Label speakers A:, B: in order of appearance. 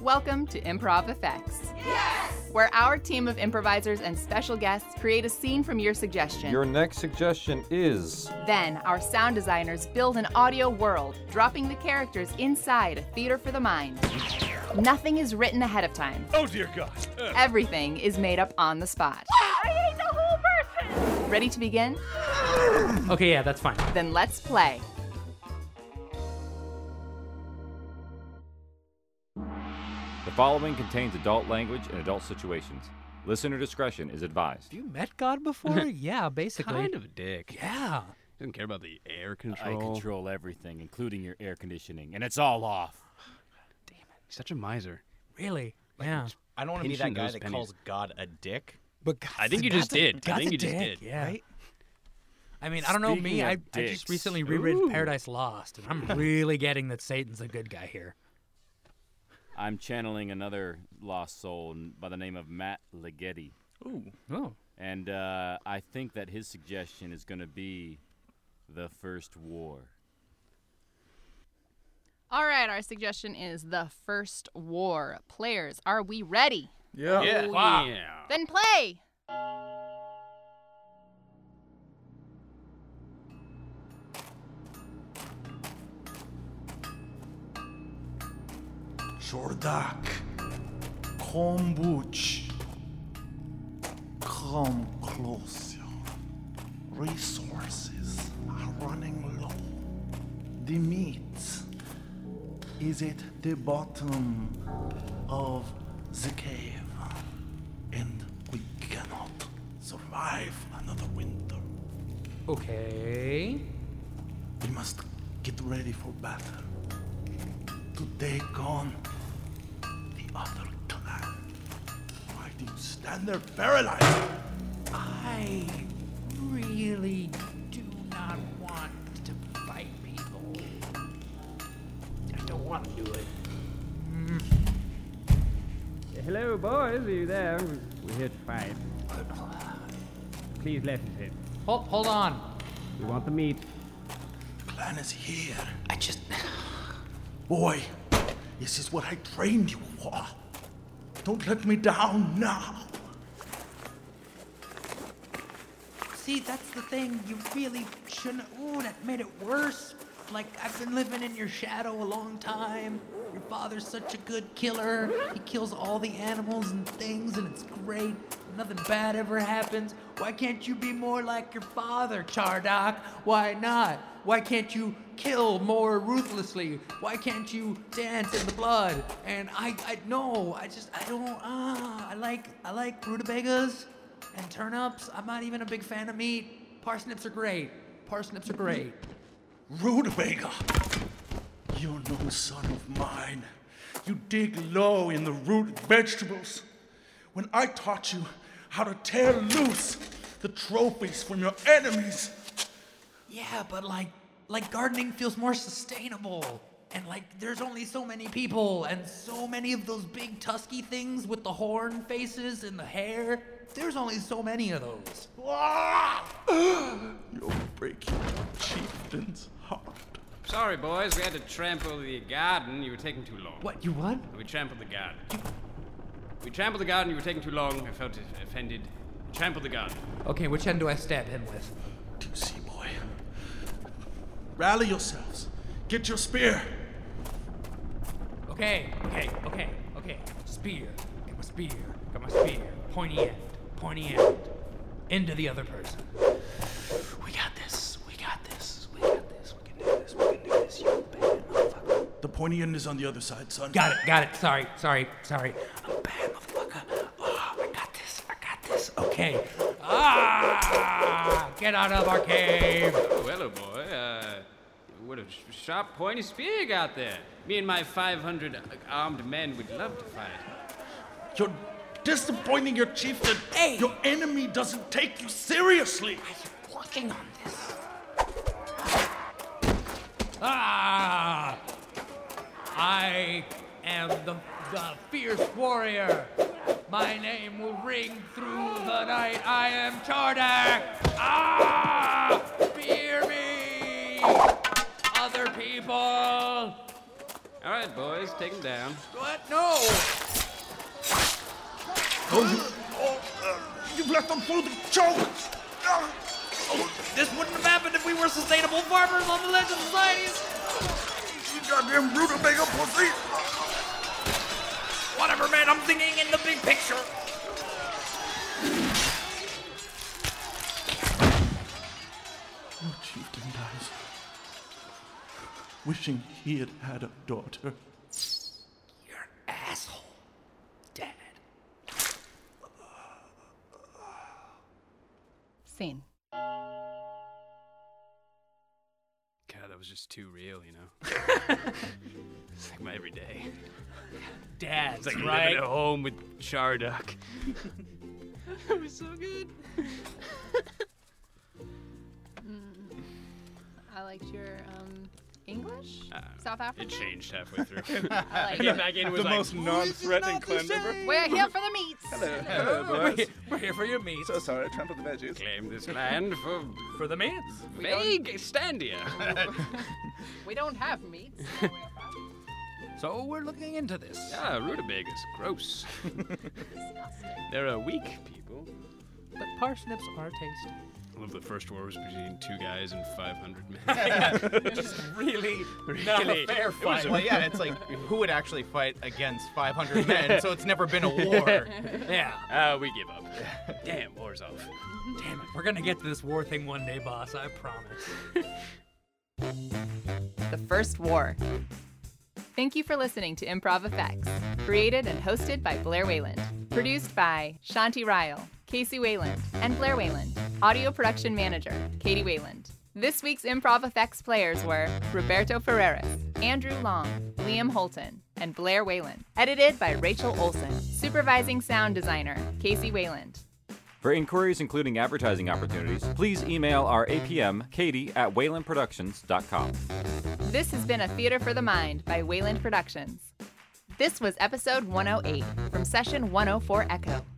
A: Welcome to Improv Effects. Yes! Where our team of improvisers and special guests create a scene from your suggestion.
B: Your next suggestion is
A: then, our sound designers build an audio world, dropping the characters inside a theater for the mind. Nothing is written ahead of time.
C: Oh dear God. Uh,
A: Everything is made up on the spot.
D: I hate the whole person.
A: Ready to begin?
E: Okay, yeah, that's fine.
A: Then let's play.
F: The following contains adult language and adult situations. Listener discretion is advised.
E: Have you met God before? yeah, basically.
C: kind of a dick.
E: Yeah.
C: Doesn't care about the air
G: I
C: control.
G: control everything, including your air conditioning, and it's all off.
C: He's such a miser.
E: Really? Yeah.
H: I don't want to be
C: Pinching
H: that guy
C: those
H: that
C: pennies.
H: calls God a dick.
E: But God,
C: I think you just
E: God's a-
C: did. I
E: God's
C: think
E: a
C: you just
E: dick,
C: did.
E: Yeah. I mean, I don't know me.
G: Speaking
E: I,
G: of
E: I just
G: dicks.
E: recently reread Paradise Lost, and I'm really getting that Satan's the good guy here.
G: I'm channeling another lost soul n- by the name of Matt Ligeti.
E: Oh.
G: And uh, I think that his suggestion is going to be the first war.
A: All right, our suggestion is the first war. Players, are we ready?
B: yeah.
C: Yeah.
E: wow.
C: Yeah.
A: Then play!
I: Jordak, Kombuch, come closer. Resources are running low. The meat is at the bottom of the cave, and we cannot survive another winter.
E: Okay.
I: We must get ready for battle. To take on the other clan. Why do you stand there paralyzed?
E: I really do not want to fight people. I don't want to do it.
J: Hello, boys. Are you there? We're here to fight. Please let us in.
E: Hold, hold on.
J: We want the meat.
I: The clan is here.
E: I just.
I: Boy, this is what I trained you for. Don't let me down now.
K: See, that's the thing. You really shouldn't. Ooh, that made it worse. Like, I've been living in your shadow a long time. Your father's such a good killer. He kills all the animals and things, and it's great. Nothing bad ever happens. Why can't you be more like your father, Chardock? Why not? Why can't you kill more ruthlessly? Why can't you dance in the blood? And I, I no, I just, I don't. Ah, I like, I like rutabagas. And turnips, I'm not even a big fan of meat. Parsnips are great. Parsnips are great.
I: Rutabaga! You're no son of mine. You dig low in the root vegetables. When I taught you how to tear loose the trophies from your enemies,
K: Yeah, but like, like gardening feels more sustainable. And like, there's only so many people, and so many of those big tusky things with the horn faces and the hair. There's only so many of those.
I: Ah! you'll break your chieftain's heart.
C: Sorry, boys. We had to trample the garden. You were taking too long.
K: What you what?
C: We trampled the garden. We trampled the garden. You were taking too long. I felt offended. Trampled the garden.
E: Okay, which end do I stab him with?
I: Do you see, boy? Rally yourselves. Get your spear.
E: Okay, okay, okay, okay. Spear. Got my spear. Got my spear. Pointy end. Pointy end. Into the other person.
K: We got this. We got this. We got this. We can do this. We can do this. You bad motherfucker.
I: The pointy end is on the other side, son.
E: Got it, got it. Sorry, sorry, sorry.
K: I'm bad motherfucker.
E: Ah,
K: Oh, I got this. I got this.
E: Okay. Ah! Get out of our cave!
C: Oh, hello, boy. Uh, what a sh- sharp, pointy spear you got there. Me and my 500 armed men would love to fight.
I: You're disappointing your chieftain.
K: Hey!
I: Your enemy doesn't take you seriously.
K: Working on this.
E: Ah! I am the, the fierce warrior. My name will ring through the night. I am Chardak. Ah! Fear me, other people.
C: All right, boys, take him down.
K: What? No!
I: Oh, you, oh, uh, you let them through the choke! Ah,
K: This wouldn't have happened if we were sustainable farmers on the Legend Societies!
I: you goddamn rutabaga pussy!
K: Whatever, man, I'm thinking in the big picture.
I: Your chieftain dies, wishing he had had a daughter.
K: You're an asshole, Dad.
A: Scene.
C: God, that was just too real, you know. it's like my everyday.
E: Dad,
C: It's like
E: right?
C: living at home with Charduck.
H: That was so good. I liked your um, English? South
C: Uh, It
H: African?
C: changed halfway through.
H: I
C: Came
H: like it.
C: back in was
L: the
C: like,
L: most non-threatening clan member.
H: We're here for the meats. Hello.
L: Hello, boys.
E: We're here for your meat.
L: So sorry, I trampled the veggies.
C: claim this land for
E: For the meats.
C: vague Standia.
H: We don't have meats.
E: So we're looking into this.
C: ah, rutabagas, gross. They're a weak people.
H: but parsnips are tasty.
C: I love the first war was between two guys and 500 men.
E: Really, not a fair fight.
M: Well, yeah, it's like who would actually fight against 500 men? So it's never been a war.
E: yeah.
C: Ah, we give up. Damn, war's off.
E: Damn it. We're gonna get to this war thing one day, boss. I promise.
A: The First War. Thank you for listening to Improv Effects, created and hosted by Blair Wayland. Produced by Shanti Ryle, Casey Wayland, and Blair Wayland. Audio production manager, Katie Wayland. This week's Improv Effects players were Roberto Ferreras, Andrew Long, Liam Holton, and Blair Wayland. Edited by Rachel Olson. Supervising sound designer, Casey Wayland.
F: For inquiries including advertising opportunities, please email our APM, Katie, at waylandproductions.com.
A: This has been a Theater for the Mind by Wayland Productions. This was episode 108 from oh session 104 Echo.